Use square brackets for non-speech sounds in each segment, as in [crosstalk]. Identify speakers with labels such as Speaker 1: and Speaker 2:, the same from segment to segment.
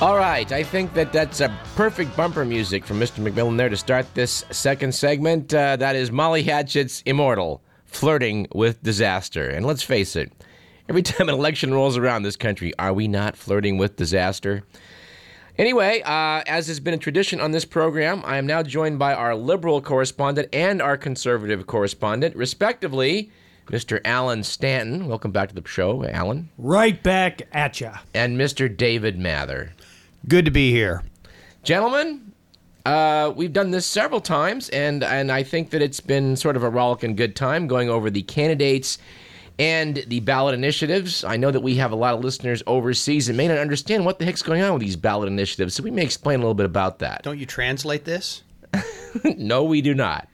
Speaker 1: right. I think that that's a perfect bumper music from Mr. McMillan there to start this second segment. Uh, that is Molly Hatchett's Immortal Flirting with Disaster. And let's face it, every [laughs] time an election rolls around this country, are we not flirting with disaster? Anyway, uh, as has been a tradition on this program, I am now joined by our liberal correspondent and our conservative correspondent, respectively, Mr. Alan Stanton. Welcome back to the show, Alan.
Speaker 2: Right back at ya.
Speaker 1: And Mr. David Mather.
Speaker 3: Good to be here.
Speaker 1: Gentlemen, uh, we've done this several times, and, and I think that it's been sort of a rollicking good time going over the candidates and the ballot initiatives. I know that we have a lot of listeners overseas and may not understand what the heck's going on with these ballot initiatives, so we may explain a little bit about that.
Speaker 3: Don't you translate this?
Speaker 1: no, we do not.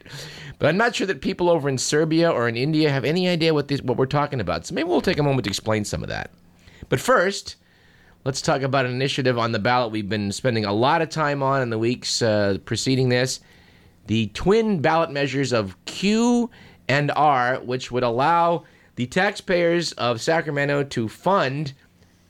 Speaker 1: But I'm not sure that people over in Serbia or in India have any idea what these, what we're talking about. So maybe we'll take a moment to explain some of that. But first, let's talk about an initiative on the ballot we've been spending a lot of time on in the weeks uh, preceding this. The twin ballot measures of Q and R, which would allow the taxpayers of Sacramento to fund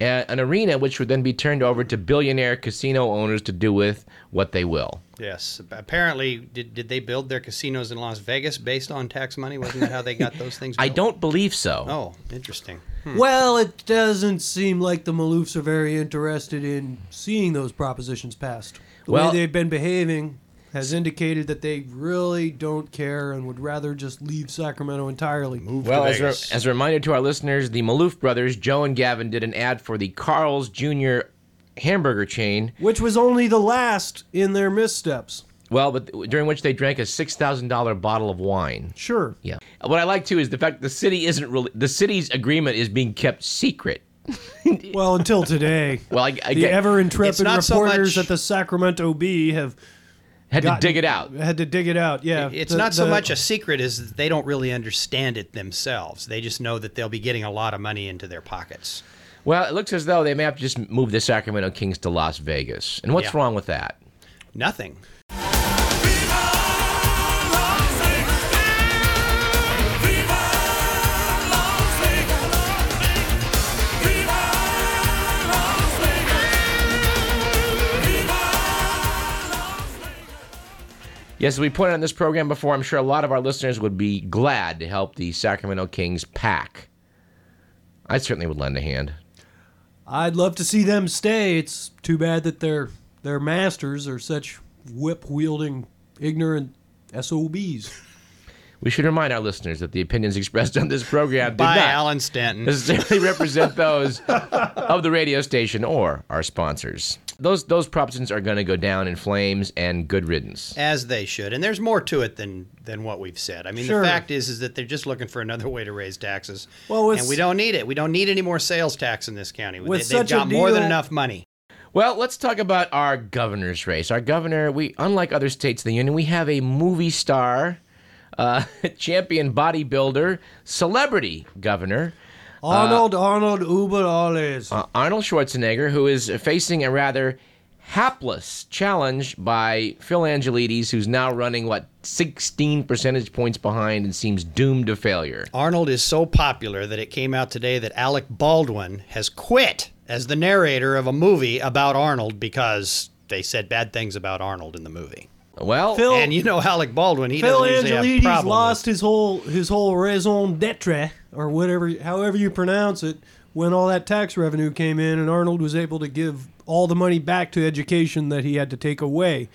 Speaker 1: a- an arena which would then be turned over to billionaire casino owners to do with what they will.
Speaker 3: Yes. Apparently, did, did they build their casinos in Las Vegas based on tax money? Wasn't that how they got those things?
Speaker 1: [laughs] I
Speaker 3: built?
Speaker 1: don't believe so.
Speaker 3: Oh, interesting. Hmm.
Speaker 2: Well, it doesn't seem like the Maloofs are very interested in seeing those propositions passed. The
Speaker 1: Well-
Speaker 2: way they've been behaving has indicated that they really don't care and would rather just leave Sacramento entirely.
Speaker 3: Move
Speaker 1: Well,
Speaker 3: to
Speaker 1: as a,
Speaker 3: Vegas.
Speaker 1: as a reminder to our listeners, the Maloof brothers, Joe and Gavin, did an ad for the Carl's Jr. hamburger chain.
Speaker 2: Which was only the last in their missteps.
Speaker 1: Well, but during which they drank a six thousand dollar bottle of wine.
Speaker 2: Sure.
Speaker 1: Yeah. What I like too is the fact the city isn't really the city's agreement is being kept secret.
Speaker 2: Well, until
Speaker 3: [laughs]
Speaker 2: today.
Speaker 1: Well, I, I
Speaker 2: the
Speaker 1: get,
Speaker 2: ever
Speaker 3: It's
Speaker 2: intrepid
Speaker 3: not so
Speaker 2: reporters
Speaker 3: much-
Speaker 2: at the Sacramento Bee have
Speaker 1: had to
Speaker 2: gotten-
Speaker 1: dig it out.
Speaker 2: Had to dig it out. Yeah,
Speaker 3: it's
Speaker 2: The-
Speaker 3: not so
Speaker 2: the-
Speaker 3: much a secret as that they don't really understand it themselves. They just know that they'll be getting a lot of money into their pockets.
Speaker 1: Well, it looks as though they may have to just move the Sacramento Kings to Las Vegas. And what's
Speaker 3: Yeah.
Speaker 1: wrong with that?
Speaker 3: Nothing.
Speaker 1: Yes, as we pointed on this program before, I'm sure a lot of our listeners would be glad to help the Sacramento Kings pack. I certainly would lend a hand.
Speaker 2: I'd love to see them stay. It's too bad that their their masters are such whip wielding, ignorant
Speaker 3: [laughs]
Speaker 2: SOBs.
Speaker 1: We should remind our listeners that the opinions expressed on this program did
Speaker 3: Bye,
Speaker 1: not
Speaker 3: Alan Stanton.
Speaker 1: necessarily [laughs] represent those of the radio station or our sponsors. Those those propositions are going to go down in flames and good riddance.
Speaker 3: As they should, and there's more to it than than what we've said. I mean,
Speaker 2: Sure.
Speaker 3: the fact is, is that they're just looking for another way to raise taxes,
Speaker 2: Well, with
Speaker 3: and
Speaker 2: s-
Speaker 3: we don't need it. We don't need any more sales tax in this county. They-
Speaker 2: With
Speaker 3: They've
Speaker 2: such a
Speaker 3: got more than
Speaker 2: deal-
Speaker 3: enough money.
Speaker 1: Well, let's talk about our governor's race. Our governor, we unlike other states in the union, we have a movie star, uh, [laughs] champion bodybuilder, celebrity governor,
Speaker 2: Arnold, Arnold, Uber, alles.
Speaker 1: uh, Arnold Schwarzenegger, who is facing a rather hapless challenge by Phil Angelides, who's now running what 16 percentage points behind and seems doomed to failure.
Speaker 3: Arnold is so popular that it came out today that Alec Baldwin has quit as the narrator of a movie about Arnold because they said bad things about Arnold in the movie.
Speaker 1: Well,
Speaker 2: Phil-
Speaker 3: And you know Alec Baldwin, he
Speaker 2: Phil
Speaker 3: doesn't usually have
Speaker 2: Angelides
Speaker 3: problem
Speaker 2: lost
Speaker 3: with-
Speaker 2: his whole his whole raison d'être, or whatever, however you pronounce it, when all that tax revenue came in, and Arnold was able to give all the money back to education that he had to take away.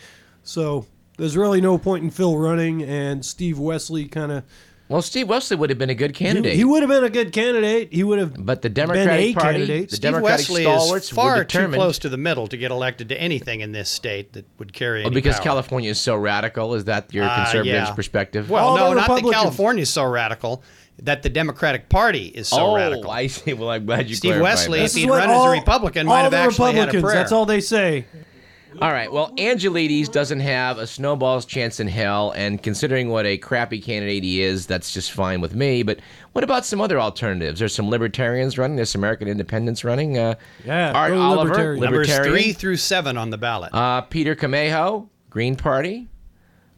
Speaker 2: So there's really no point in Phil running, and Steve Wesley kind of
Speaker 1: well, Steve Wesley would have been a good candidate.
Speaker 2: He would have been a good candidate. He would have.
Speaker 1: but the
Speaker 2: a
Speaker 1: Democratic Party,
Speaker 2: candidate.
Speaker 1: the
Speaker 2: Steve
Speaker 3: Steve
Speaker 1: Democratic
Speaker 3: Wesley
Speaker 1: stalwarts
Speaker 3: is
Speaker 1: were
Speaker 3: far too
Speaker 1: determined-
Speaker 3: close to the middle to get elected to anything in this state that would carry
Speaker 1: Oh,
Speaker 3: any
Speaker 1: because
Speaker 3: power.
Speaker 1: California is so radical. Is that your
Speaker 3: Ah,
Speaker 1: conservatives'
Speaker 3: yeah.
Speaker 1: perspective?
Speaker 3: Well,
Speaker 2: All
Speaker 3: no,
Speaker 2: the
Speaker 3: not that
Speaker 2: Republicans-
Speaker 3: California's so radical, that the Democratic Party is so
Speaker 1: oh,
Speaker 3: radical.
Speaker 1: I see. Well, I'm glad you
Speaker 3: Steve
Speaker 1: clarified
Speaker 3: Wesley-
Speaker 1: that.
Speaker 3: If he'd run as a Republican, might
Speaker 2: all
Speaker 3: have
Speaker 2: the
Speaker 3: actually had a
Speaker 2: Republicans.
Speaker 3: prayer.
Speaker 2: That's all they say.
Speaker 1: All right. Well, Angelides doesn't have a snowball's chance in hell, and considering what a crappy candidate he is, that's just fine with me. But what about some other alternatives? There's some libertarians running. There's some American independents running. Uh,
Speaker 2: Yeah,
Speaker 1: Art
Speaker 2: go
Speaker 1: Oliver,
Speaker 2: libertarian.
Speaker 3: Numbers
Speaker 1: libertarian.
Speaker 3: three through seven on the ballot.
Speaker 1: Uh, Peter Camejo, Green Party.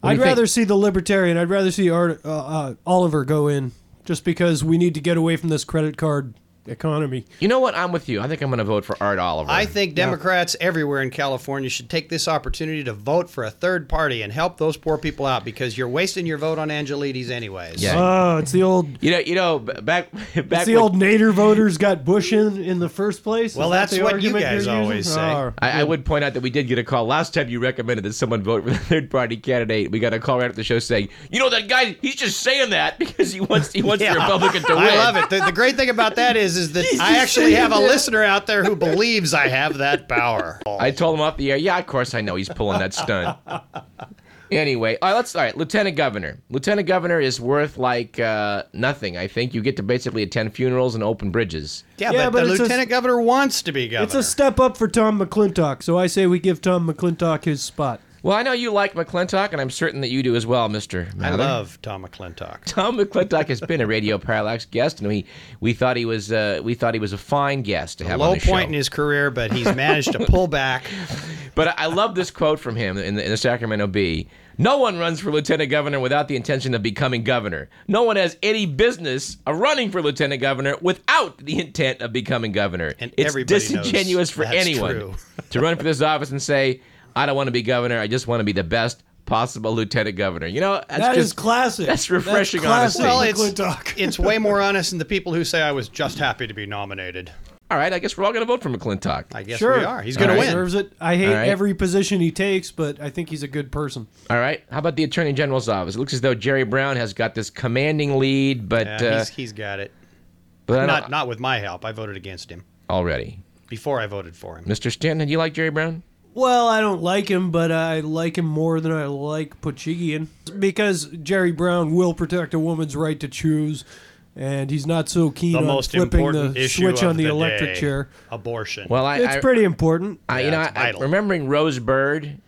Speaker 1: What do
Speaker 2: I'd
Speaker 1: you think?
Speaker 2: rather see the Libertarian. I'd rather see Art, uh, uh, Oliver go in, just because we need to get away from this credit card economy.
Speaker 1: You know what? I'm with you. I think I'm going to vote for Art Oliver.
Speaker 3: I think Democrats everywhere in California should take this opportunity to vote for a third party and help those poor people out because you're wasting your vote on Angelides anyways.
Speaker 1: Yeah.
Speaker 2: Oh, it's the old
Speaker 1: you know, you know, b- back [laughs] back
Speaker 2: it's the
Speaker 1: when-
Speaker 2: old Nader voters got Bush in in the first place. Is
Speaker 3: Well,
Speaker 2: that
Speaker 3: that's
Speaker 2: the
Speaker 3: what you
Speaker 2: argument
Speaker 3: guys
Speaker 2: you're using?
Speaker 3: always say.
Speaker 2: Ah,
Speaker 1: I, I would point out that we did get a call last time. You recommended that someone vote for the third party candidate. We got a call right after the show saying, "You know that guy? He's just saying that because he wants he wants
Speaker 3: Yeah.
Speaker 1: the Republican to win."
Speaker 3: [laughs] I love it. The, the great thing about that is,
Speaker 2: [laughs]
Speaker 3: is that I actually have a listener out there who believes I have that power.
Speaker 1: [laughs] I told him off the air. Yeah, of course I know he's pulling that stunt. anyway, all right, let's all right. Lieutenant Governor. Lieutenant Governor is worth like uh, nothing. I think you get to basically attend funerals and open bridges.
Speaker 3: yeah,
Speaker 2: Yeah,
Speaker 3: but,
Speaker 2: but
Speaker 3: the
Speaker 2: it's a-
Speaker 3: lieutenant governor wants to be
Speaker 2: It's
Speaker 3: governor.
Speaker 2: a step up for Tom McClintock, so I say we give Tom McClintock his spot.
Speaker 1: Well, I know you like McClintock, and I'm certain that you do as well, Mister.
Speaker 3: I love Tom McClintock.
Speaker 1: Tom McClintock has been a Radio Parallax guest, and we, we thought he was uh, we thought he was a fine guest to have
Speaker 3: Low
Speaker 1: on the
Speaker 3: point in
Speaker 1: show.
Speaker 3: his career, but he's managed to
Speaker 2: [laughs]
Speaker 3: pull back.
Speaker 1: But I- I love this quote from him in the, in the Sacramento Bee. No one runs for lieutenant governor without the intention of becoming governor. No one has any business of running for lieutenant governor without the intent of becoming governor.
Speaker 3: And
Speaker 1: it's
Speaker 3: everybody knows
Speaker 1: disingenuous for
Speaker 3: that's
Speaker 1: anyone
Speaker 3: true.
Speaker 1: to run for this office and say, "I don't want to be governor. I just want to be the best possible lieutenant governor." You know, that's
Speaker 2: That is
Speaker 1: just
Speaker 2: classic.
Speaker 1: that's refreshing
Speaker 2: classic
Speaker 1: honesty.
Speaker 3: Well, it's,
Speaker 2: McClintock.
Speaker 3: it's way more honest than the people who say I was just happy to be nominated.
Speaker 1: all right. I guess we're all going to vote for McClintock.
Speaker 3: I guess
Speaker 2: sure,
Speaker 3: we are. He's
Speaker 2: He
Speaker 3: going
Speaker 1: All right.
Speaker 3: to win.
Speaker 2: Deserves it. I hate
Speaker 1: All right.
Speaker 2: every position he takes, but I think he's a good person.
Speaker 1: All right. How about the Attorney General's office? It looks as though Jerry Brown has got this commanding lead, but
Speaker 3: Yeah,
Speaker 1: uh,
Speaker 3: he's, he's got it.
Speaker 1: but I
Speaker 3: Not
Speaker 1: don't-
Speaker 3: not with my help. I voted against him
Speaker 1: already.
Speaker 3: before I voted for him.
Speaker 1: Mr. Stanton, do you like Jerry Brown?
Speaker 2: Well, I don't like him, but I like him more than I like Pachigian because Jerry Brown will protect a woman's right to choose, and he's not so keen
Speaker 3: The
Speaker 2: on
Speaker 3: most
Speaker 2: flipping
Speaker 3: important
Speaker 2: the
Speaker 3: issue
Speaker 2: switch
Speaker 3: of
Speaker 2: on the,
Speaker 3: the
Speaker 2: electric
Speaker 3: day,
Speaker 2: chair.
Speaker 3: abortion.
Speaker 1: Well, I,
Speaker 2: it's
Speaker 1: I,
Speaker 2: pretty important.
Speaker 1: I you
Speaker 3: Yeah,
Speaker 1: know,
Speaker 3: it's
Speaker 1: I,
Speaker 3: vital.
Speaker 1: remembering Rose Byrd,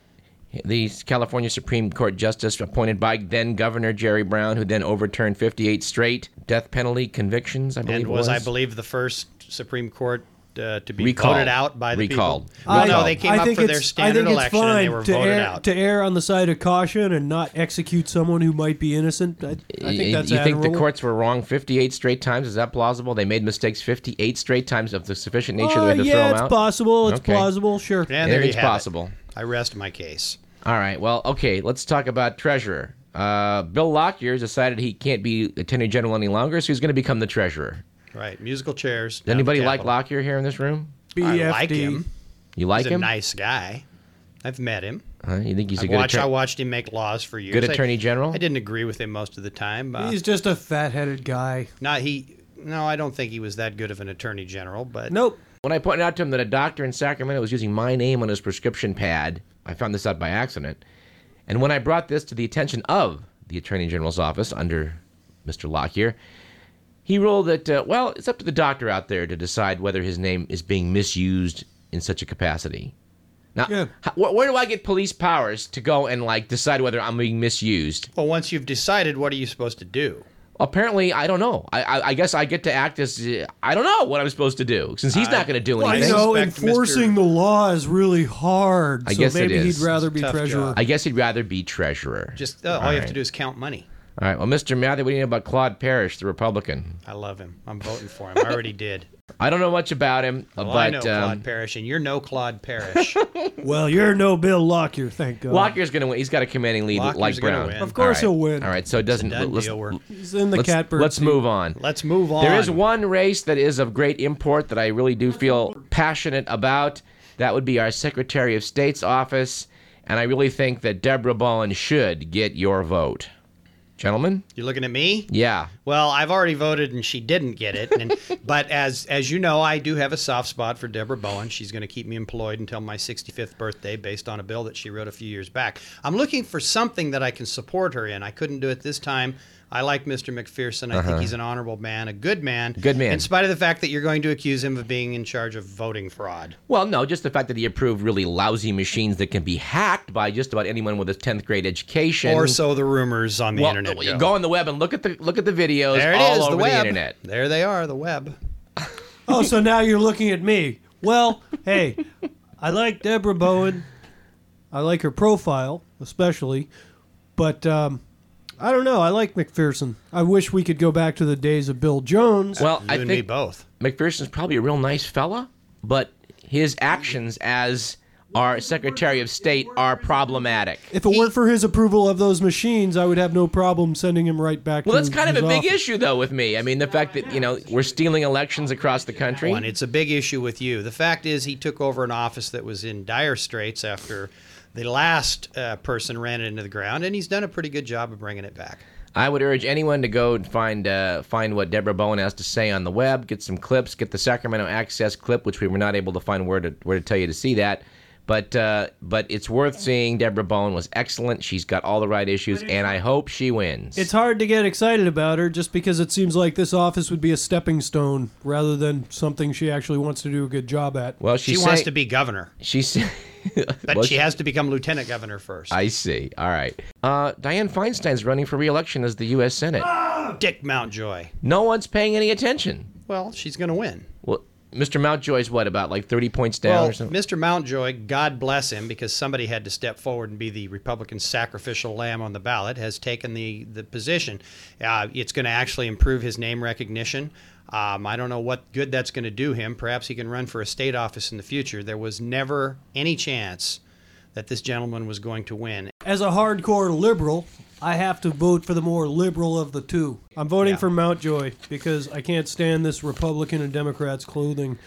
Speaker 1: the California Supreme Court justice appointed by then Governor Jerry Brown, who then overturned 58 straight death penalty convictions. I believe
Speaker 3: and
Speaker 1: it
Speaker 3: was, I believe the first Supreme Court uh, to be
Speaker 1: Recalled.
Speaker 3: voted out by the
Speaker 1: Recalled.
Speaker 3: people. Well, no,
Speaker 1: Recalled.
Speaker 3: they came
Speaker 2: I
Speaker 3: up
Speaker 2: think
Speaker 3: for their
Speaker 2: it's- I
Speaker 3: standard
Speaker 2: think it's
Speaker 3: election and they
Speaker 2: fine
Speaker 3: were
Speaker 2: to
Speaker 3: voted
Speaker 2: err,
Speaker 3: out.
Speaker 2: To err on the side of caution and not execute someone who might be innocent, I, I think
Speaker 1: you
Speaker 2: that's
Speaker 1: you
Speaker 2: admirable.
Speaker 1: think the courts were wrong 58 straight times? Is that plausible? They made mistakes 58 straight times of the sufficient nature
Speaker 2: Uh,
Speaker 1: that they had to throw
Speaker 2: yeah,
Speaker 1: them
Speaker 2: it's
Speaker 1: out.
Speaker 2: possible. It's
Speaker 1: Okay.
Speaker 2: plausible. Sure.
Speaker 3: and there you
Speaker 1: Anything's
Speaker 3: have
Speaker 1: possible.
Speaker 3: It. I rest my case.
Speaker 1: All right. Well, okay. Let's talk about treasurer. Uh, Bill Lockyer has decided he can't be attorney general any longer, so he's going to become the treasurer.
Speaker 3: Right. Musical chairs.
Speaker 1: Does anybody like Lockyer here in this room?
Speaker 2: BFD.
Speaker 3: I like him.
Speaker 1: You like
Speaker 3: He's a
Speaker 1: him?
Speaker 3: nice guy. I've met him.
Speaker 1: Huh? You think he's a
Speaker 3: I
Speaker 1: good
Speaker 3: watched, I
Speaker 1: attorney?
Speaker 3: watched him make laws for years.
Speaker 1: Good
Speaker 3: I-
Speaker 1: attorney general?
Speaker 3: I didn't agree with him most of the time. Uh,
Speaker 2: He's just a fat-headed guy.
Speaker 3: not he. No, I don't think he was that good of an attorney general. But
Speaker 2: Nope.
Speaker 1: When I pointed out to him that a doctor in Sacramento was using my name on his prescription pad, I found this out by accident. And when I brought this to the attention of the attorney general's office under Mr. Lockyer, he ruled that uh, well, it's up to the doctor out there to decide whether his name is being misused in such a capacity. Now,
Speaker 2: Yeah.
Speaker 1: h- wh- where do I get police powers to go and like decide whether I'm being misused?
Speaker 3: well, once you've decided, what are you supposed to do?
Speaker 1: Apparently, I don't know. I, I, I guess I get to act as uh, I don't know what I'm supposed to do since he's not going to do
Speaker 2: I
Speaker 1: anything.
Speaker 3: suspect
Speaker 2: know
Speaker 3: Mr.
Speaker 2: enforcing the law is really hard.
Speaker 1: I
Speaker 2: so
Speaker 1: guess it
Speaker 2: maybe
Speaker 1: is.
Speaker 2: he'd rather be
Speaker 3: It's a tough
Speaker 2: treasurer.
Speaker 3: job.
Speaker 1: I guess he'd rather be treasurer.
Speaker 3: Just uh, all, you have to do is count money.
Speaker 1: All right. Well, Mr. Mather, what do you know about Claude Parrish, the Republican?
Speaker 3: I love him. I'm voting for him.
Speaker 1: [laughs]
Speaker 3: I already did.
Speaker 1: I don't know much about him, uh,
Speaker 3: Well,
Speaker 1: but
Speaker 3: I know
Speaker 1: um,
Speaker 3: Claude Parrish, and you're no Claude
Speaker 1: [laughs]
Speaker 3: Parrish.
Speaker 2: Well, you're no Bill Lockyer, thank God.
Speaker 1: Lockyer's going to win. He's got a commanding lead,
Speaker 3: Lockyer's
Speaker 1: like
Speaker 3: gonna
Speaker 1: Brown.
Speaker 3: win.
Speaker 2: Of course
Speaker 1: All
Speaker 2: he'll win.
Speaker 1: All right. So it doesn't.
Speaker 3: Done
Speaker 1: let's,
Speaker 3: deal. We're-
Speaker 2: He's in the
Speaker 1: let's,
Speaker 2: catbird.
Speaker 1: let's
Speaker 2: seat.
Speaker 1: move on.
Speaker 3: Let's move on.
Speaker 1: There is one race that is of great import that I really do feel passionate about. That would be our Secretary of State's office. And I really think that Deborah Bowen should get your vote. Gentlemen?
Speaker 3: You're looking at me.
Speaker 1: Yeah.
Speaker 3: Well, I've already voted, and she didn't get it. And, [laughs] but as as you know, I do have a soft spot for Deborah Bowen. She's going to keep me employed until my 65th birthday, based on a bill that she wrote a few years back. I'm looking for something that I can support her in. I couldn't do it this time. I like Mr. McPherson. I think he's an honorable man, a good man.
Speaker 1: Uh-huh. Good man.
Speaker 3: In spite of the fact that you're going to accuse him of being in charge of voting fraud.
Speaker 1: Well, no, just the fact that he approved really lousy machines that can be hacked by just about anyone with a 10th grade education.
Speaker 3: Or so the rumors on the
Speaker 1: Well,
Speaker 3: internet.
Speaker 1: you go on the web and look at the look at the videos
Speaker 3: There it
Speaker 1: all
Speaker 3: is,
Speaker 1: over
Speaker 3: the web.
Speaker 1: internet.
Speaker 3: There they are, the web.
Speaker 2: Oh, so now you're looking at me. Well, hey, I like Deborah Bowen. I like her profile, especially, but um, I don't know. I like McPherson. I wish we could go back to the days of Bill Jones.
Speaker 1: Well,
Speaker 3: You
Speaker 1: I
Speaker 3: and
Speaker 1: think
Speaker 3: me both.
Speaker 1: McPherson's probably a real nice fella, but his actions as our Secretary of State are problematic.
Speaker 2: if it weren't for his approval of those machines, I would have no problem sending him right back.
Speaker 1: Well,
Speaker 2: to
Speaker 1: that's kind
Speaker 2: his
Speaker 1: of a big
Speaker 2: office.
Speaker 1: issue, though, with me. I mean, the fact that, you know, we're stealing elections across the country.
Speaker 3: One, it's a big issue with you. The fact is, he took over an office that was in dire straits after the last uh, person ran it into the ground, and he's done a pretty good job of bringing it back.
Speaker 1: I would urge anyone to go and find uh, find what Deborah Bowen has to say on the web. Get some clips. Get the Sacramento Access clip, which we were not able to find where to where to tell you to see that. But uh, but it's worth seeing. Deborah Bowen was excellent. She's got all the right issues, and I hope she wins.
Speaker 2: It's hard to get excited about her just because it seems like this office would be a stepping stone rather than something she actually wants to do a good job at.
Speaker 1: well,
Speaker 3: She
Speaker 1: she, say,
Speaker 3: wants to be governor,
Speaker 1: She say, [laughs]
Speaker 3: but
Speaker 1: Well,
Speaker 3: she has to become lieutenant governor first.
Speaker 1: I see. All right. Uh, Diane Feinstein's running for re-election as the U.S. Senate.
Speaker 3: Dick Mountjoy.
Speaker 1: No one's paying any attention.
Speaker 3: Well, she's going to win.
Speaker 1: Well, Mr. Mountjoy's what about like thirty points down
Speaker 3: Well,
Speaker 1: or something?
Speaker 3: Mr. Mountjoy, God bless him, because somebody had to step forward and be the Republican sacrificial lamb on the ballot, has taken the, the position. Uh, it's going to actually improve his name recognition. Um, I don't know what good that's going to do him. Perhaps he can run for a state office in the future. There was never any chance that this gentleman was going to win.
Speaker 2: As a hardcore liberal, I have to vote for the more liberal of the two. I'm voting
Speaker 3: Yeah.
Speaker 2: for Mountjoy because I can't stand this Republican and Democrats clothing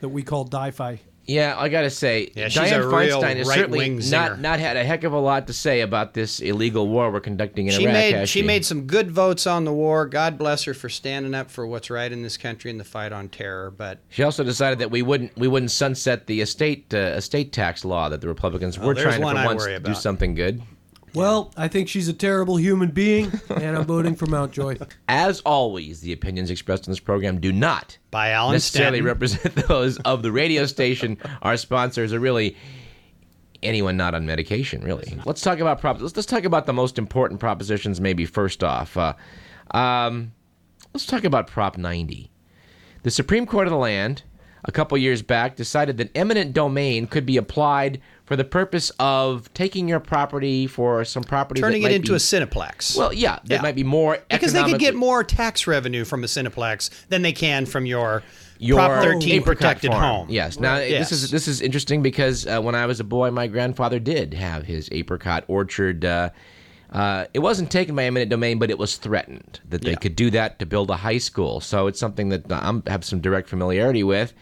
Speaker 2: that we call DiFi.
Speaker 1: Yeah, I gotta say,
Speaker 3: Yeah, she's
Speaker 1: Diane
Speaker 3: a real
Speaker 1: Feinstein has certainly
Speaker 3: right-wing zinger.
Speaker 1: not, not had a heck of a lot to say about this illegal war we're conducting in
Speaker 3: She
Speaker 1: Iraq.
Speaker 3: made
Speaker 1: has
Speaker 3: she made some good votes on the war. God bless her for standing up for what's right in this country in the fight on terror. But
Speaker 1: She also decided that we wouldn't we wouldn't sunset the estate uh, estate tax law that the Republicans were
Speaker 3: Oh, there's
Speaker 1: trying to
Speaker 3: one
Speaker 1: for
Speaker 3: I
Speaker 1: once
Speaker 3: worry
Speaker 1: do
Speaker 3: about.
Speaker 1: something good.
Speaker 2: Well, I think she's a terrible human being, and I'm voting for Mountjoy.
Speaker 1: As always, the opinions expressed in this program do not
Speaker 3: by Alan
Speaker 1: necessarily
Speaker 3: Stanton,
Speaker 1: represent [laughs] those of the radio station, our sponsors, or really anyone not on medication. Really, let's talk about prop. Let's, let's talk about the most important propositions. Maybe first off, uh, um, let's talk about Prop 90. The Supreme Court of the land, a couple years back, decided that eminent domain could be applied for the purpose of taking your property for some property
Speaker 3: turning
Speaker 1: that
Speaker 3: it
Speaker 1: might
Speaker 3: into
Speaker 1: be-
Speaker 3: a Cineplex.
Speaker 1: well, yeah, that
Speaker 3: Yeah.
Speaker 1: might be more
Speaker 3: because they could get
Speaker 1: economically-
Speaker 3: more tax revenue from a Cineplex than they can from your,
Speaker 1: your
Speaker 3: Prop 13
Speaker 1: apricot
Speaker 3: protected
Speaker 1: farm.
Speaker 3: home.
Speaker 1: Yes. Now
Speaker 3: Yes.
Speaker 1: this is this is interesting because uh, when I was a boy, my grandfather did have his apricot orchard. Uh, uh, it wasn't taken by eminent domain, but it was threatened that they could do that to build a high school. So it's something that I have some direct familiarity with.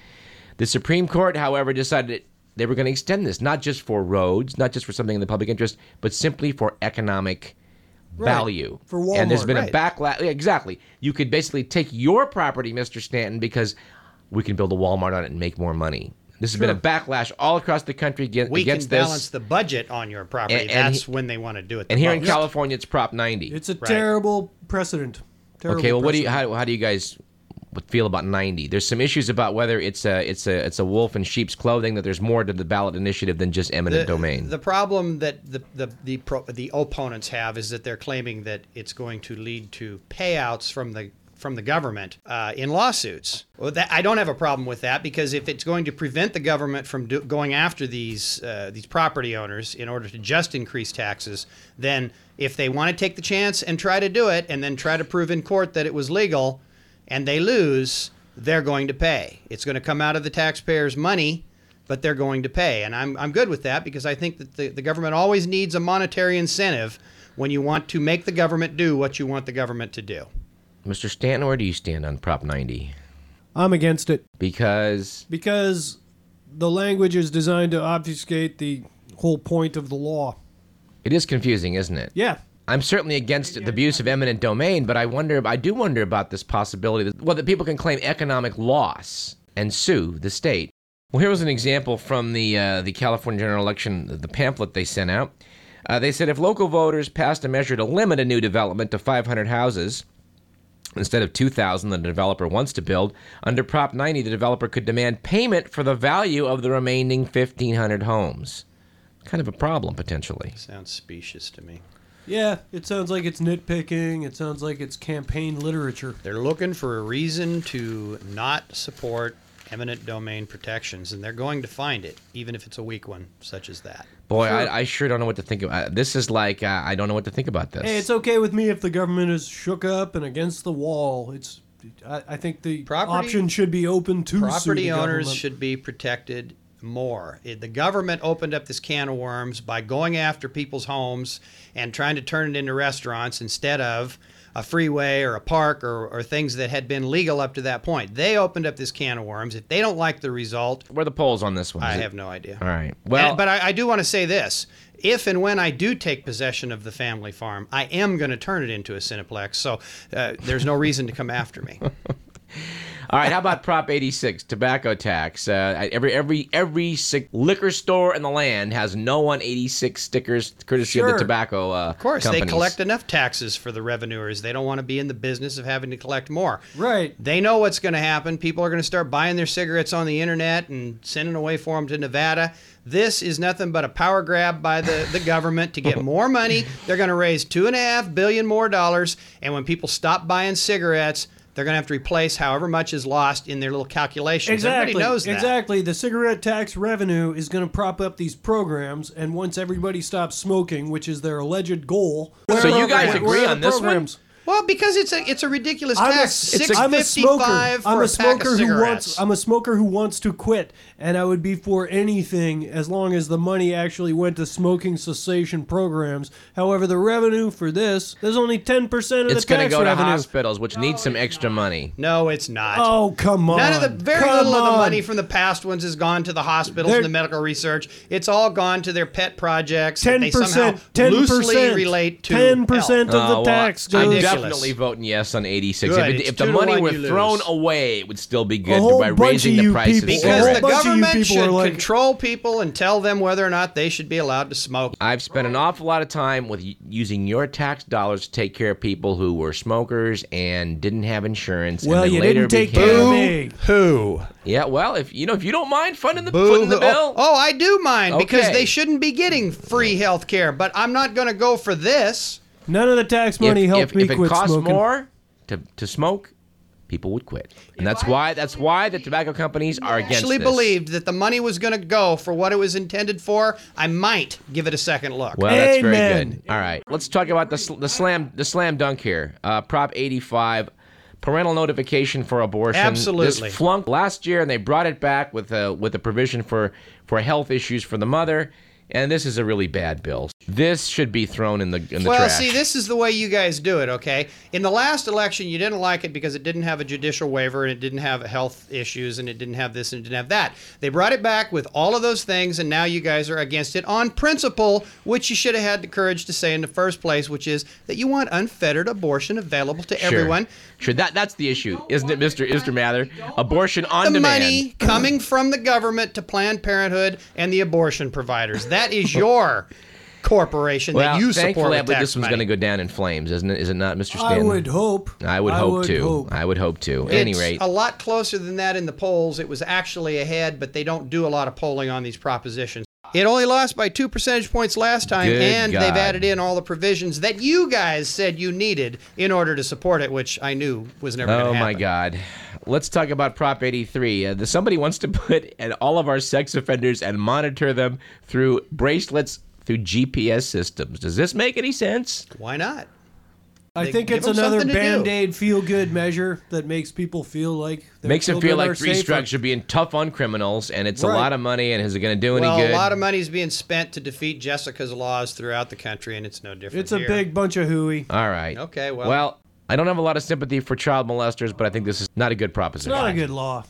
Speaker 1: The Supreme Court, however, decided they were going to extend this not just for roads, not just for something in the public interest, but simply for economic value.
Speaker 2: For
Speaker 1: and there's
Speaker 2: Walmart,
Speaker 1: been
Speaker 3: right.
Speaker 1: a backlash. yeah, Exactly. You could basically take your property, Mr. Stanton, because we can build a Walmart on it and make more money. This has been a backlash all across the country against,
Speaker 3: we can
Speaker 1: against this.
Speaker 3: balance the budget on your property.
Speaker 1: And- and
Speaker 3: That's
Speaker 1: he-
Speaker 3: when they want to do it. the
Speaker 1: and here in
Speaker 3: most.
Speaker 1: California, it's Prop 90.
Speaker 2: It's a terrible precedent. Terrible
Speaker 1: okay. Well, what do you
Speaker 2: precedent.
Speaker 1: how, how do you guys feel about 90? There's some issues about whether it's a it's a it's a wolf in sheep's clothing. That there's more to the ballot initiative than just eminent domain.
Speaker 3: The problem that the the the, pro, the opponents have is that they're claiming that it's going to lead to payouts from the from the government uh, in lawsuits. Well, that, I don't have a problem with that because if it's going to prevent the government from do, going after these uh, these property owners in order to just increase taxes, then if they want to take the chance and try to do it and then try to prove in court that it was legal, and they lose, they're going to pay. It's going to come out of the taxpayers' money, but they're going to pay. And I'm, I'm good with that because I think that the, the government always needs a monetary incentive when you want to make the government do what you want the government to do.
Speaker 1: Mr. Stanton, where do you stand on Prop 90?
Speaker 2: I'm against it.
Speaker 1: Because
Speaker 2: Because the language is designed to obfuscate the whole point of the law.
Speaker 1: it is confusing, isn't it?
Speaker 2: Yeah.
Speaker 1: I'm certainly against the abuse of eminent domain, but I wonder. I do wonder about this possibility that well, that people can claim economic loss and sue the state. Well, here was an example from the uh, the California general election, the pamphlet they sent out. Uh, they said if local voters passed a measure to limit a new development to 500 houses instead of 2,000 that a developer wants to build, under Prop 90, the developer could demand payment for the value of the remaining 1,500 homes. Kind of a problem potentially.
Speaker 3: Sounds specious to me.
Speaker 2: Yeah, it sounds like it's nitpicking. It sounds like it's campaign literature.
Speaker 3: They're looking for a reason to not support eminent domain protections, and they're going to find it, even if it's a weak one such as that.
Speaker 1: Boy, I, I sure don't know what to think about. This is like uh, I don't know what to think about this.
Speaker 2: Hey, it's okay with me if the government is shook up and against the wall. It's, I, I think the
Speaker 3: Property-
Speaker 2: option should be open to sue
Speaker 3: Property
Speaker 2: the
Speaker 3: owners
Speaker 2: government.
Speaker 3: should be protected more. It- the government opened up this can of worms by going after people's homes and trying to turn it into restaurants instead of a freeway or a park or, or things that had been legal up to that point. They opened up this can of worms. If they don't like the result,
Speaker 1: Where are the polls on this one?
Speaker 3: I
Speaker 1: Is it-
Speaker 3: have no idea.
Speaker 1: All right. Well,
Speaker 3: And- but I, I do want to say this: if and when I do take possession of the family farm, I am going to turn it into a cineplex. So uh, there's no reason to come
Speaker 1: [laughs]
Speaker 3: after me.
Speaker 1: All right, how about Prop 86, tobacco tax? Uh, every every every sick liquor store in the land has no 186 stickers courtesy of
Speaker 2: Sure.
Speaker 1: the tobacco. Uh,
Speaker 3: Of course,
Speaker 1: companies.
Speaker 3: they collect enough taxes for the revenuers. They don't want to be in the business of having to collect more.
Speaker 2: Right.
Speaker 3: They know what's going to happen. People are going to start buying their cigarettes on the internet and sending away for them to Nevada. This is nothing but a power grab by the, the government to get more money. They're going to raise two and a half billion more dollars. And when people stop buying cigarettes, they're going to have to replace however much is lost in their little calculations.
Speaker 2: Exactly.
Speaker 3: Everybody knows that.
Speaker 2: Exactly. The cigarette tax revenue is going to prop up these programs, and once everybody stops smoking, which is their alleged goal,
Speaker 1: So
Speaker 2: where
Speaker 1: you
Speaker 2: are
Speaker 1: guys
Speaker 2: the-
Speaker 1: agree
Speaker 2: where are the
Speaker 1: on this one?
Speaker 2: programs?
Speaker 3: Well, because it's a it's a ridiculous tax.
Speaker 2: it's
Speaker 3: Six
Speaker 2: I'm a smoker.
Speaker 3: fifty-five for
Speaker 2: I'm a,
Speaker 3: a, pack
Speaker 2: smoker
Speaker 3: of
Speaker 2: who
Speaker 3: cigarettes.
Speaker 2: wants. I'm a smoker who wants to quit, and I would be for anything as long as the money actually went to smoking cessation programs. However, the revenue for this there's only ten percent of
Speaker 1: It's
Speaker 2: the
Speaker 1: going to
Speaker 2: tax
Speaker 1: go to
Speaker 2: revenue.
Speaker 1: hospitals, which need some extra money.
Speaker 3: No, it's not.
Speaker 2: Oh come on!
Speaker 3: None of the very
Speaker 2: Come
Speaker 3: little of the
Speaker 2: on.
Speaker 3: money from the past ones has gone to the hospitals
Speaker 2: They're-
Speaker 3: and the medical research. It's all gone to their pet projects. that
Speaker 2: Ten
Speaker 3: they somehow
Speaker 2: percent, ten
Speaker 3: loosely
Speaker 2: percent,
Speaker 3: relate to
Speaker 2: ten percent of
Speaker 1: Oh,
Speaker 2: the
Speaker 1: well,
Speaker 2: tax
Speaker 1: I'm
Speaker 2: goes.
Speaker 3: Ridiculous.
Speaker 1: definitely voting yes on 86.
Speaker 3: Good,
Speaker 1: If, it,
Speaker 3: it's
Speaker 1: if
Speaker 3: two
Speaker 1: the
Speaker 3: to
Speaker 1: money
Speaker 3: one
Speaker 1: were
Speaker 3: you
Speaker 1: thrown
Speaker 3: lose.
Speaker 1: away, it would still be
Speaker 2: A
Speaker 1: good
Speaker 2: whole
Speaker 1: by
Speaker 2: bunch
Speaker 1: raising
Speaker 2: of
Speaker 1: the
Speaker 2: you
Speaker 1: price of
Speaker 2: people-
Speaker 1: cigarettes.
Speaker 3: Because the
Speaker 2: Well, bunch of you
Speaker 3: government
Speaker 2: people
Speaker 3: should
Speaker 2: are like-
Speaker 3: control people and tell them whether or not they should be allowed to smoke.
Speaker 1: I've spent an awful lot of time with y- using your tax dollars to take care of people who were smokers and didn't have insurance.
Speaker 2: Well,
Speaker 1: and then
Speaker 2: you
Speaker 1: later
Speaker 2: didn't take
Speaker 1: became,
Speaker 2: care of me.
Speaker 3: Who?
Speaker 1: Yeah, well, if you know if you don't mind funding the footing the bill,
Speaker 3: Oh, oh, I do mind because
Speaker 1: Okay.
Speaker 3: they shouldn't be getting free health care, but I'm not going to go for this.
Speaker 2: None of the tax money
Speaker 1: if,
Speaker 2: helped
Speaker 1: if,
Speaker 2: me
Speaker 1: if it
Speaker 2: quit
Speaker 1: costs
Speaker 2: smoking.
Speaker 1: more to, to smoke, people would quit, and that's why that's why the tobacco companies are against
Speaker 3: Actually,
Speaker 1: this.
Speaker 3: believed that the money was going to go for what it was intended for. I might give it a second look.
Speaker 1: Well, that's very
Speaker 2: Amen.
Speaker 1: good. All right, let's talk about the sl- the slam the slam dunk here. Uh, Prop eighty five. Parental notification for abortion.
Speaker 3: Absolutely.
Speaker 1: this flunked last year, and they brought it back with a with a provision for for health issues for the mother. And this is a really bad bill. This should be thrown in the in the
Speaker 3: well,
Speaker 1: trash.
Speaker 3: see, this is the way you guys do it, okay? In the last election, you didn't like it because it didn't have a judicial waiver and it didn't have health issues and it didn't have this and it didn't have that. They brought it back with all of those things, and now you guys are against it on principle, which you should have had the courage to say in the first place, which is that you want unfettered abortion available to
Speaker 1: Sure.
Speaker 3: everyone.
Speaker 1: Sure, that that's the issue, isn't it, Mr. Mr. Mather? Abortion on
Speaker 3: the
Speaker 1: demand. [clears throat]
Speaker 3: money coming from the government to Planned Parenthood and the abortion providers. That
Speaker 1: [laughs]
Speaker 3: is your corporation
Speaker 1: Well,
Speaker 3: that you support
Speaker 1: thankfully, I
Speaker 3: with
Speaker 1: believe
Speaker 3: tax
Speaker 1: this one's
Speaker 3: money.
Speaker 1: going to go down in flames, isn't it? Is it not, Mr.
Speaker 2: I
Speaker 1: Stanton?
Speaker 2: would hope.
Speaker 1: I would hope to.
Speaker 2: hope.
Speaker 1: I would hope to. At any
Speaker 3: It's
Speaker 1: rate,
Speaker 3: a lot closer than that in the polls. It was actually ahead, but they don't do a lot of polling on these propositions. It only lost by two percentage points last time,
Speaker 1: Good
Speaker 3: and
Speaker 1: God.
Speaker 3: they've added in all the provisions that you guys said you needed in order to support it, which I knew was never going to
Speaker 1: oh
Speaker 3: happen.
Speaker 1: my God, let's talk about Prop 83. Uh, the, somebody wants to [laughs] put in all of our sex offenders and monitor them through bracelets through GPS systems. Does this make any sense?
Speaker 3: Why not?
Speaker 2: I
Speaker 3: They
Speaker 2: think
Speaker 3: give
Speaker 2: it's
Speaker 3: them
Speaker 2: another
Speaker 3: something to do.
Speaker 2: band aid feel good measure that makes people feel like their
Speaker 1: Makes them feel
Speaker 2: children
Speaker 1: like
Speaker 2: are
Speaker 1: three
Speaker 2: safer.
Speaker 1: strikes should being tough on criminals, and it's a
Speaker 2: Right.
Speaker 1: lot of money, and is it going to do any
Speaker 3: well,
Speaker 1: good?
Speaker 3: a lot of money is being spent to defeat Jessica's laws throughout the country, and it's no different.
Speaker 2: It's a
Speaker 3: here.
Speaker 2: big bunch of hooey.
Speaker 1: All right.
Speaker 3: Okay, well-
Speaker 1: Well, I don't have a lot of sympathy for child molesters, but I think this is not a good proposition.
Speaker 2: Not a good law.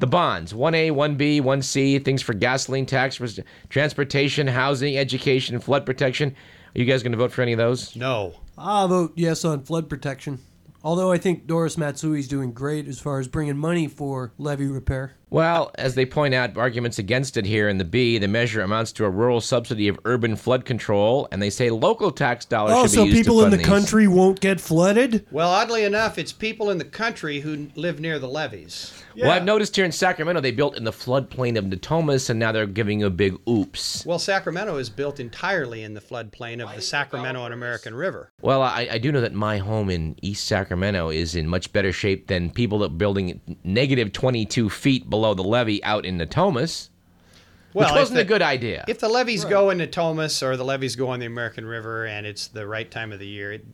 Speaker 1: The bonds 1A, 1B, 1C, things for gasoline tax, res- transportation, housing, education, flood protection. Are you guys going to vote for any of those?
Speaker 3: no.
Speaker 2: I'll vote yes on flood protection. Although I think Doris Matsui's doing great as far as bringing money for levee repair.
Speaker 1: Well, as they point out, arguments against it here in the B, the measure amounts to a rural subsidy of urban flood control, and they say local tax dollars
Speaker 2: Oh,
Speaker 1: should be
Speaker 2: so
Speaker 1: used to
Speaker 2: people in
Speaker 1: fund
Speaker 2: the
Speaker 1: these.
Speaker 2: country won't get flooded?
Speaker 3: Well, oddly enough, it's people in the country who live near the levees.
Speaker 1: Well, I've noticed here in Sacramento they built in the floodplain of Natomas, and now they're giving a big oops.
Speaker 3: Well, Sacramento is built entirely in the floodplain of the Sacramento and American River.
Speaker 1: Well, I, I do know that my home in East Sacramento is in much better shape than people that are building negative 22 feet below below the levee out in Natomas,
Speaker 3: Well,
Speaker 1: which
Speaker 3: if
Speaker 1: wasn't
Speaker 3: the-
Speaker 1: a good idea.
Speaker 3: If the levees go into Thomas or the levees go on the American River and it's the right time of the year, it,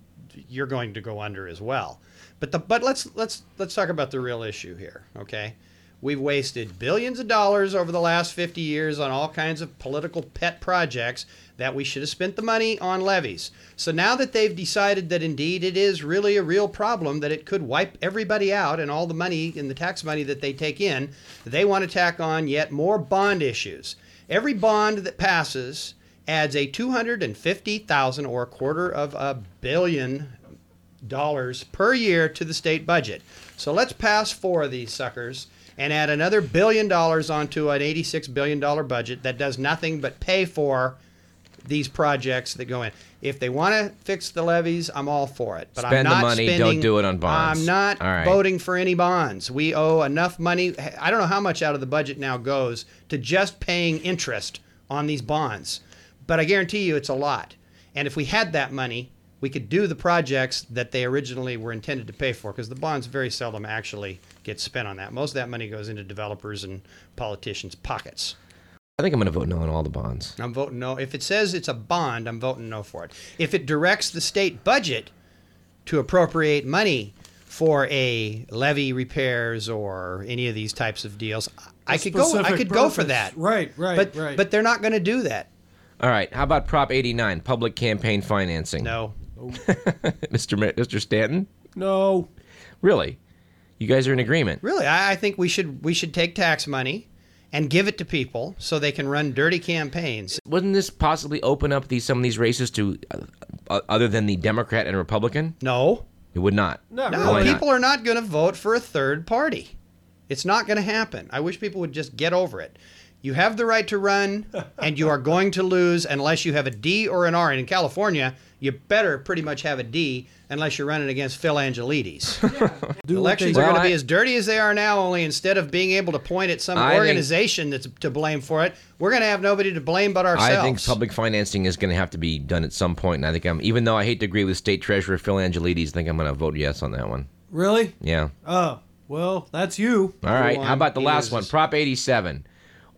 Speaker 3: you're going to go under as well. But the but let's let's let's talk about the real issue here, okay? We've wasted billions of dollars over the last 50 years on all kinds of political pet projects that we should have spent the money on levees. So now that they've decided that indeed it is really a real problem that it could wipe everybody out and all the money and the tax money that they take in, they want to tack on yet more bond issues. Every bond that passes adds a 250,000 or a quarter of a billion dollars per year to the state budget. So let's pass four of these suckers and add another billion dollars onto an 86 billion dollar budget that does nothing but pay for these projects that go in. If they want to fix the levies, I'm all for it. But I'm
Speaker 1: Spend the
Speaker 3: not
Speaker 1: money, don't
Speaker 3: spending-
Speaker 1: do it on bonds.
Speaker 3: I'm not
Speaker 1: All right.
Speaker 3: voting voting for any bonds. We owe enough money. I don't know how much out of the budget now goes to just paying interest on these bonds, but I guarantee you it's a lot. And if we had that money, we could do the projects that they originally were intended to pay for because the bonds very seldom actually get spent on that. Most of that money goes into developers and politicians' pockets.
Speaker 1: I think I'm going to vote no on all the bonds.
Speaker 3: I'm voting no. If it says it's a bond, I'm voting no for it. If it directs the state budget to appropriate money for a levy repairs or any of these types of deals, I could go. I
Speaker 2: Specific
Speaker 3: could go for
Speaker 2: purpose.
Speaker 3: that.
Speaker 2: Right, right,
Speaker 3: But
Speaker 2: right.
Speaker 3: but they're not going to do that.
Speaker 1: All right, how about Prop 89, public campaign financing? [laughs]
Speaker 3: No.
Speaker 1: Mr. Ma- Mr. Stanton,
Speaker 2: no,
Speaker 1: really? You guys are in agreement.
Speaker 3: Really, I, I think we should we should take tax money and give it to people so they can run dirty campaigns.
Speaker 1: Wouldn't this possibly open up these some of these races to uh, uh, other than the Democrat and Republican?
Speaker 3: No.
Speaker 1: It would not.
Speaker 2: Not
Speaker 3: No,
Speaker 1: Why not?
Speaker 3: people are not going to vote for a third party. It's not going to happen. I wish people would just get over it. You have the right
Speaker 1: [laughs]
Speaker 3: to run, and you are going to lose unless you have a D or an R. And in California, you better pretty much have a D unless you're running against Phil
Speaker 1: [laughs]
Speaker 3: Angelides.
Speaker 2: do what
Speaker 3: Elections
Speaker 2: they-
Speaker 3: are
Speaker 1: Well,
Speaker 3: going to
Speaker 1: I-
Speaker 3: be as dirty as they are now, only instead of being able to point at some
Speaker 1: I think-
Speaker 3: organization that's to blame for it, we're going to have nobody to blame but ourselves.
Speaker 1: I think public financing is going to have to be done at some point, and I think I'm, even though I hate to agree with State Treasurer Phil Angelides, I think I'm going to vote yes on that one.
Speaker 2: really.
Speaker 1: Yeah.
Speaker 2: Oh, well, that's you.
Speaker 1: All right.
Speaker 3: Go
Speaker 1: How
Speaker 3: on.
Speaker 1: about the
Speaker 3: He
Speaker 1: last one?
Speaker 3: loses.
Speaker 1: Prop 87,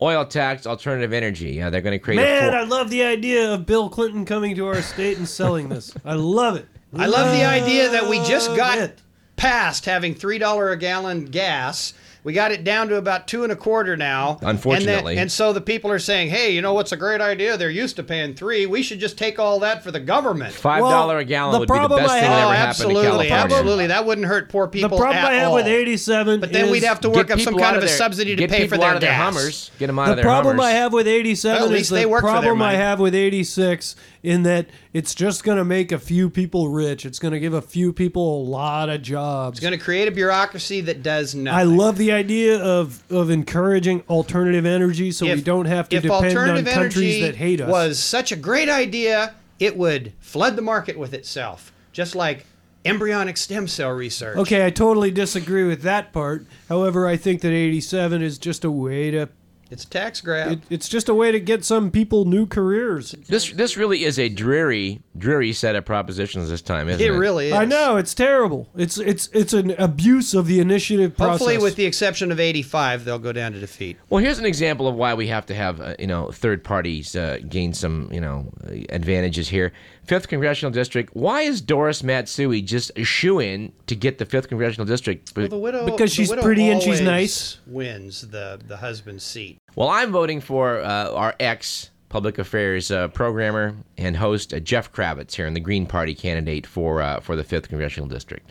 Speaker 1: oil tax, alternative energy. Yeah, they're going to create a.
Speaker 2: Man,
Speaker 3: uh,
Speaker 1: four-
Speaker 2: I love the idea of Bill Clinton coming to our state and selling this. I love it.
Speaker 3: I love the idea that we just
Speaker 2: Love
Speaker 3: got
Speaker 2: it.
Speaker 3: past having three dollar a gallon gas. We got it down to about two and a quarter now. and,
Speaker 1: Unfortunately.
Speaker 3: that- and so the people are saying, "Hey, you know what's a great idea? They're used to paying three. We should just take all that for the government."
Speaker 1: Five
Speaker 2: Well,
Speaker 1: dollar a gallon
Speaker 2: the
Speaker 1: would be the
Speaker 2: problem
Speaker 1: best
Speaker 2: I
Speaker 1: thing
Speaker 2: have-
Speaker 1: that
Speaker 3: oh,
Speaker 1: ever
Speaker 3: absolutely,
Speaker 1: happened to California.
Speaker 3: absolutely. That wouldn't hurt poor
Speaker 2: The
Speaker 3: people.
Speaker 2: problem
Speaker 3: at
Speaker 2: I have with
Speaker 3: all.
Speaker 2: 87
Speaker 3: But then
Speaker 2: is
Speaker 3: we'd have to work up some kind of a subsidy to
Speaker 1: get
Speaker 3: pay for
Speaker 1: people
Speaker 3: their
Speaker 1: out of their
Speaker 3: gas.
Speaker 1: Hummers. Get them out
Speaker 2: the
Speaker 1: of their
Speaker 2: problem
Speaker 1: Hummers.
Speaker 2: I have with 87
Speaker 3: Well, at
Speaker 2: is
Speaker 3: least they
Speaker 2: the
Speaker 3: work for their
Speaker 2: problem I
Speaker 3: money.
Speaker 2: have with 86 in that it's just going to make a few people rich. It's going to give a few people a lot of jobs.
Speaker 3: It's going to create a bureaucracy that does nothing.
Speaker 2: I love the idea of, of encouraging alternative energy so we don't have to
Speaker 3: if
Speaker 2: depend on
Speaker 3: alternative
Speaker 2: countries
Speaker 3: energy
Speaker 2: that hate us.
Speaker 3: Was such a great idea, it would flood the market with itself, just like embryonic stem cell research.
Speaker 2: Okay, I totally disagree with that part. However, I think that 87 is just a way to
Speaker 3: It's a tax grab.
Speaker 2: it, it's just a way to get some people new careers.
Speaker 1: This this really is a dreary dreary set of propositions this time, isn't
Speaker 3: It,
Speaker 1: it?
Speaker 3: really is.
Speaker 2: I know it's terrible. It's it's it's an abuse of the initiative process.
Speaker 3: Hopefully, with the exception of 85, they'll go down to defeat.
Speaker 1: Well, here's an example of why we have to have uh, you know third parties uh, gain some you know uh, advantages here. Fifth congressional district. Why is Doris Matsui just a shoe in to get the fifth congressional district?
Speaker 3: The widow,
Speaker 2: Because
Speaker 3: the
Speaker 2: she's
Speaker 3: widow
Speaker 2: pretty and she's
Speaker 3: always
Speaker 2: nice.
Speaker 3: Wins the the husband's seat.
Speaker 1: Well, I'm voting for uh, our ex public affairs uh, programmer and host uh, Jeff Kravitz here in the Green Party candidate for uh, for the fifth congressional district.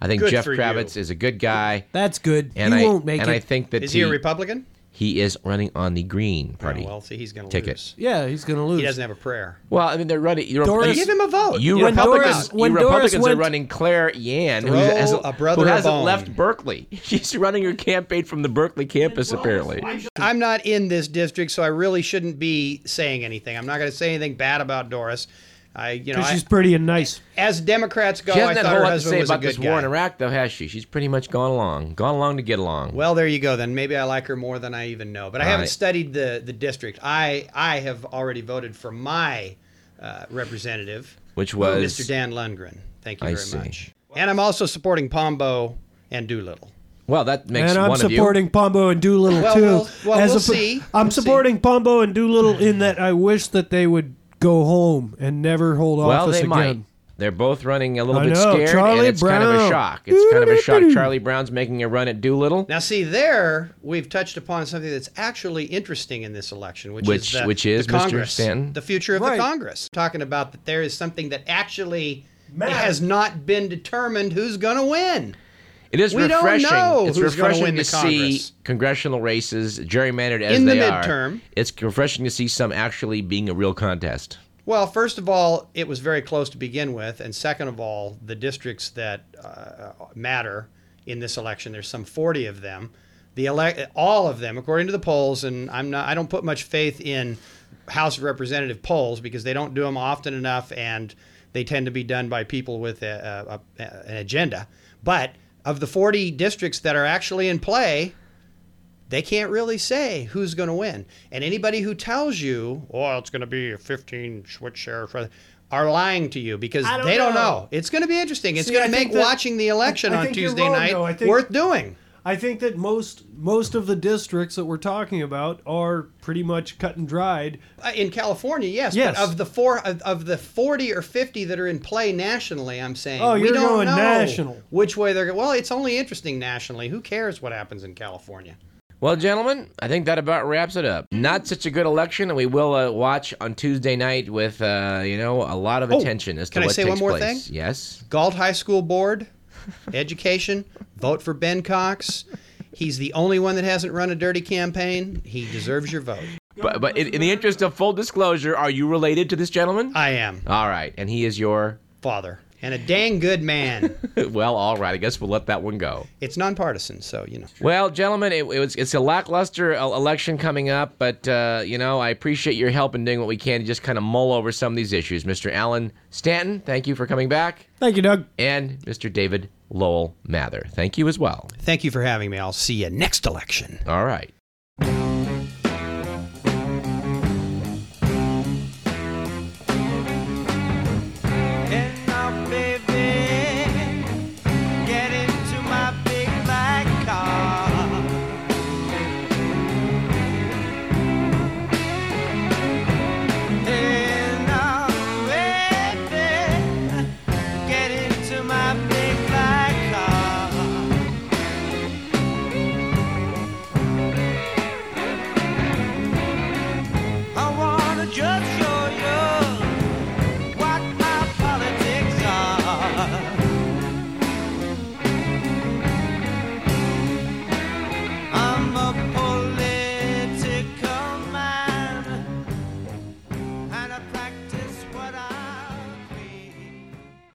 Speaker 1: I think
Speaker 3: Good
Speaker 1: Jeff
Speaker 3: for you.
Speaker 1: Kravitz is a good guy,
Speaker 2: that's good.
Speaker 1: and
Speaker 2: you
Speaker 1: I
Speaker 2: won't make
Speaker 1: and
Speaker 2: it.
Speaker 1: I think that
Speaker 3: Is he a
Speaker 1: he-
Speaker 3: Republican?
Speaker 1: he is running on the Green Party.
Speaker 3: Oh, well, see, he's going to
Speaker 1: Take it.
Speaker 3: lose.
Speaker 2: yeah, he's gonna lose.
Speaker 3: He doesn't have a prayer.
Speaker 1: Well, I mean, they're running. You're,
Speaker 2: Doris-
Speaker 1: you-
Speaker 3: Give him a vote.
Speaker 1: You
Speaker 3: When
Speaker 1: Republicans,
Speaker 2: Doris- when
Speaker 1: you
Speaker 2: Doris
Speaker 1: Republicans are
Speaker 2: went-
Speaker 1: running Claire Yan, who
Speaker 3: Throw
Speaker 1: hasn't,
Speaker 3: a brother
Speaker 1: who
Speaker 3: a
Speaker 1: hasn't
Speaker 3: bone.
Speaker 1: left Berkeley. [laughs] She's running her campaign from the Berkeley campus, apparently.
Speaker 3: I'm not in this district, so I really shouldn't be saying anything. I'm not going to say anything bad about Doris. I, you know,
Speaker 2: 'Cause
Speaker 3: I,
Speaker 2: she's pretty and nice.
Speaker 3: as Democrats go,
Speaker 1: She
Speaker 3: I
Speaker 1: hasn't had a
Speaker 3: thought
Speaker 1: whole
Speaker 3: her
Speaker 1: lot to say
Speaker 3: husband was a
Speaker 1: about
Speaker 3: good
Speaker 1: this war in
Speaker 3: guy.
Speaker 1: Iraq, though, has she? She's pretty much gone along, gone along to get along.
Speaker 3: Well, there you go. Then maybe I like her more than I even know. But I haven't
Speaker 1: Right.
Speaker 3: studied the the district. I I have already voted for my uh, representative,
Speaker 1: Which was-
Speaker 3: Mr. Dan Lundgren. Thank you
Speaker 1: I
Speaker 3: very
Speaker 1: see.
Speaker 3: much. And I'm also supporting Pombo and Doolittle.
Speaker 1: Well, that makes
Speaker 2: And
Speaker 1: one
Speaker 2: I'm
Speaker 1: of you.
Speaker 2: supporting Pombo and Doolittle
Speaker 3: Well,
Speaker 2: too.
Speaker 3: we'll- well, we'll
Speaker 2: a pu-
Speaker 3: see.
Speaker 2: I'm
Speaker 3: We'll see.
Speaker 2: supporting Pombo and Doolittle in that I wish that they would go home and never hold
Speaker 1: Well,
Speaker 2: office
Speaker 1: they
Speaker 2: again.
Speaker 1: might. They're both running a little
Speaker 2: I
Speaker 1: bit
Speaker 2: know,
Speaker 1: scared, and
Speaker 2: Charlie
Speaker 1: it's kind of a
Speaker 2: Brown.
Speaker 1: shock. It's kind of a [laughs] shock. Charlie Brown's making a run at Doolittle,
Speaker 3: Now, see, there we've touched upon something that's actually interesting in this election, which,
Speaker 1: Which-
Speaker 3: is the,
Speaker 1: which is,
Speaker 3: the
Speaker 1: Mr.
Speaker 3: Congress,
Speaker 1: Stanton?
Speaker 3: the future of
Speaker 2: Right.
Speaker 3: the Congress. Talking about that there is something that actually
Speaker 2: Matters.
Speaker 3: has not been determined who's going to win.
Speaker 1: It is
Speaker 3: We don't
Speaker 1: refreshing.
Speaker 3: know
Speaker 1: it's
Speaker 3: who's gonna
Speaker 1: refreshing
Speaker 3: win
Speaker 1: to
Speaker 3: the
Speaker 1: see
Speaker 3: Congress.
Speaker 1: congressional races gerrymandered as
Speaker 3: In the
Speaker 1: they are.
Speaker 3: midterm.
Speaker 1: It's refreshing to see some actually being a real contest.
Speaker 3: Well, first of all, it was very close to begin with, and second of all, the districts that uh, matter in this election, there's some 40 of them. The elec all of them, according to the polls, and I'm not, I don't put much faith in House of Representative polls because they don't do them often enough, and they tend to be done by people with a, a, a, an agenda. But of the 40 districts that are actually in play, they can't really say who's going to win. And anybody who tells you, oh, it's going to be a 15 switch share, for-" are lying to you because
Speaker 2: I don't
Speaker 3: they don't
Speaker 2: know.
Speaker 3: know. It's going to be interesting. It's
Speaker 2: See,
Speaker 3: going
Speaker 2: I
Speaker 3: to
Speaker 2: think
Speaker 3: make
Speaker 2: that-
Speaker 3: watching the election
Speaker 2: I
Speaker 3: on
Speaker 2: think you're
Speaker 3: Tuesday
Speaker 2: wrong,
Speaker 3: night
Speaker 2: though. I think-
Speaker 3: worth doing.
Speaker 2: I think that most most of the districts that we're talking about are pretty much cut and dried.
Speaker 3: Uh, In California, yes,
Speaker 2: Yes.
Speaker 3: but of the four of, of the 40 or 50 that are in play nationally, I'm saying
Speaker 2: Oh,
Speaker 3: we
Speaker 2: you're
Speaker 3: don't
Speaker 2: going
Speaker 3: know
Speaker 2: national.
Speaker 3: which way they're going. Well, it's only interesting nationally. Who cares what happens in California?
Speaker 1: Well, gentlemen, I think that about wraps it up. Not such a good election, and we will uh, watch on Tuesday night with uh, you know a lot of
Speaker 3: Oh,
Speaker 1: attention as to
Speaker 3: can I
Speaker 1: what
Speaker 3: say
Speaker 1: takes
Speaker 3: one more
Speaker 1: place.
Speaker 3: thing?
Speaker 1: Yes,
Speaker 3: Galt High School Board, education, vote for Ben Cox. He's the only one that hasn't run a dirty campaign. He deserves your vote.
Speaker 1: but but in, in the interest of full disclosure, are you related to this gentleman?
Speaker 3: I am
Speaker 1: all right, and he is your [laughs]
Speaker 3: father and a dang good man.
Speaker 1: well. All right, I guess we'll let that one go.
Speaker 3: It's nonpartisan, so you know.
Speaker 1: Well, gentlemen, it, it was it's a lackluster el- election coming up, but uh, you know I appreciate your help in doing what we can to just kind of mull over some of these issues. Mr. Alan Stanton, thank you for coming back,
Speaker 2: Thank you, Doug.
Speaker 1: and Mr. David Lowell Mather, thank you as well.
Speaker 3: Thank you for having me. I'll see you next election.
Speaker 1: All right.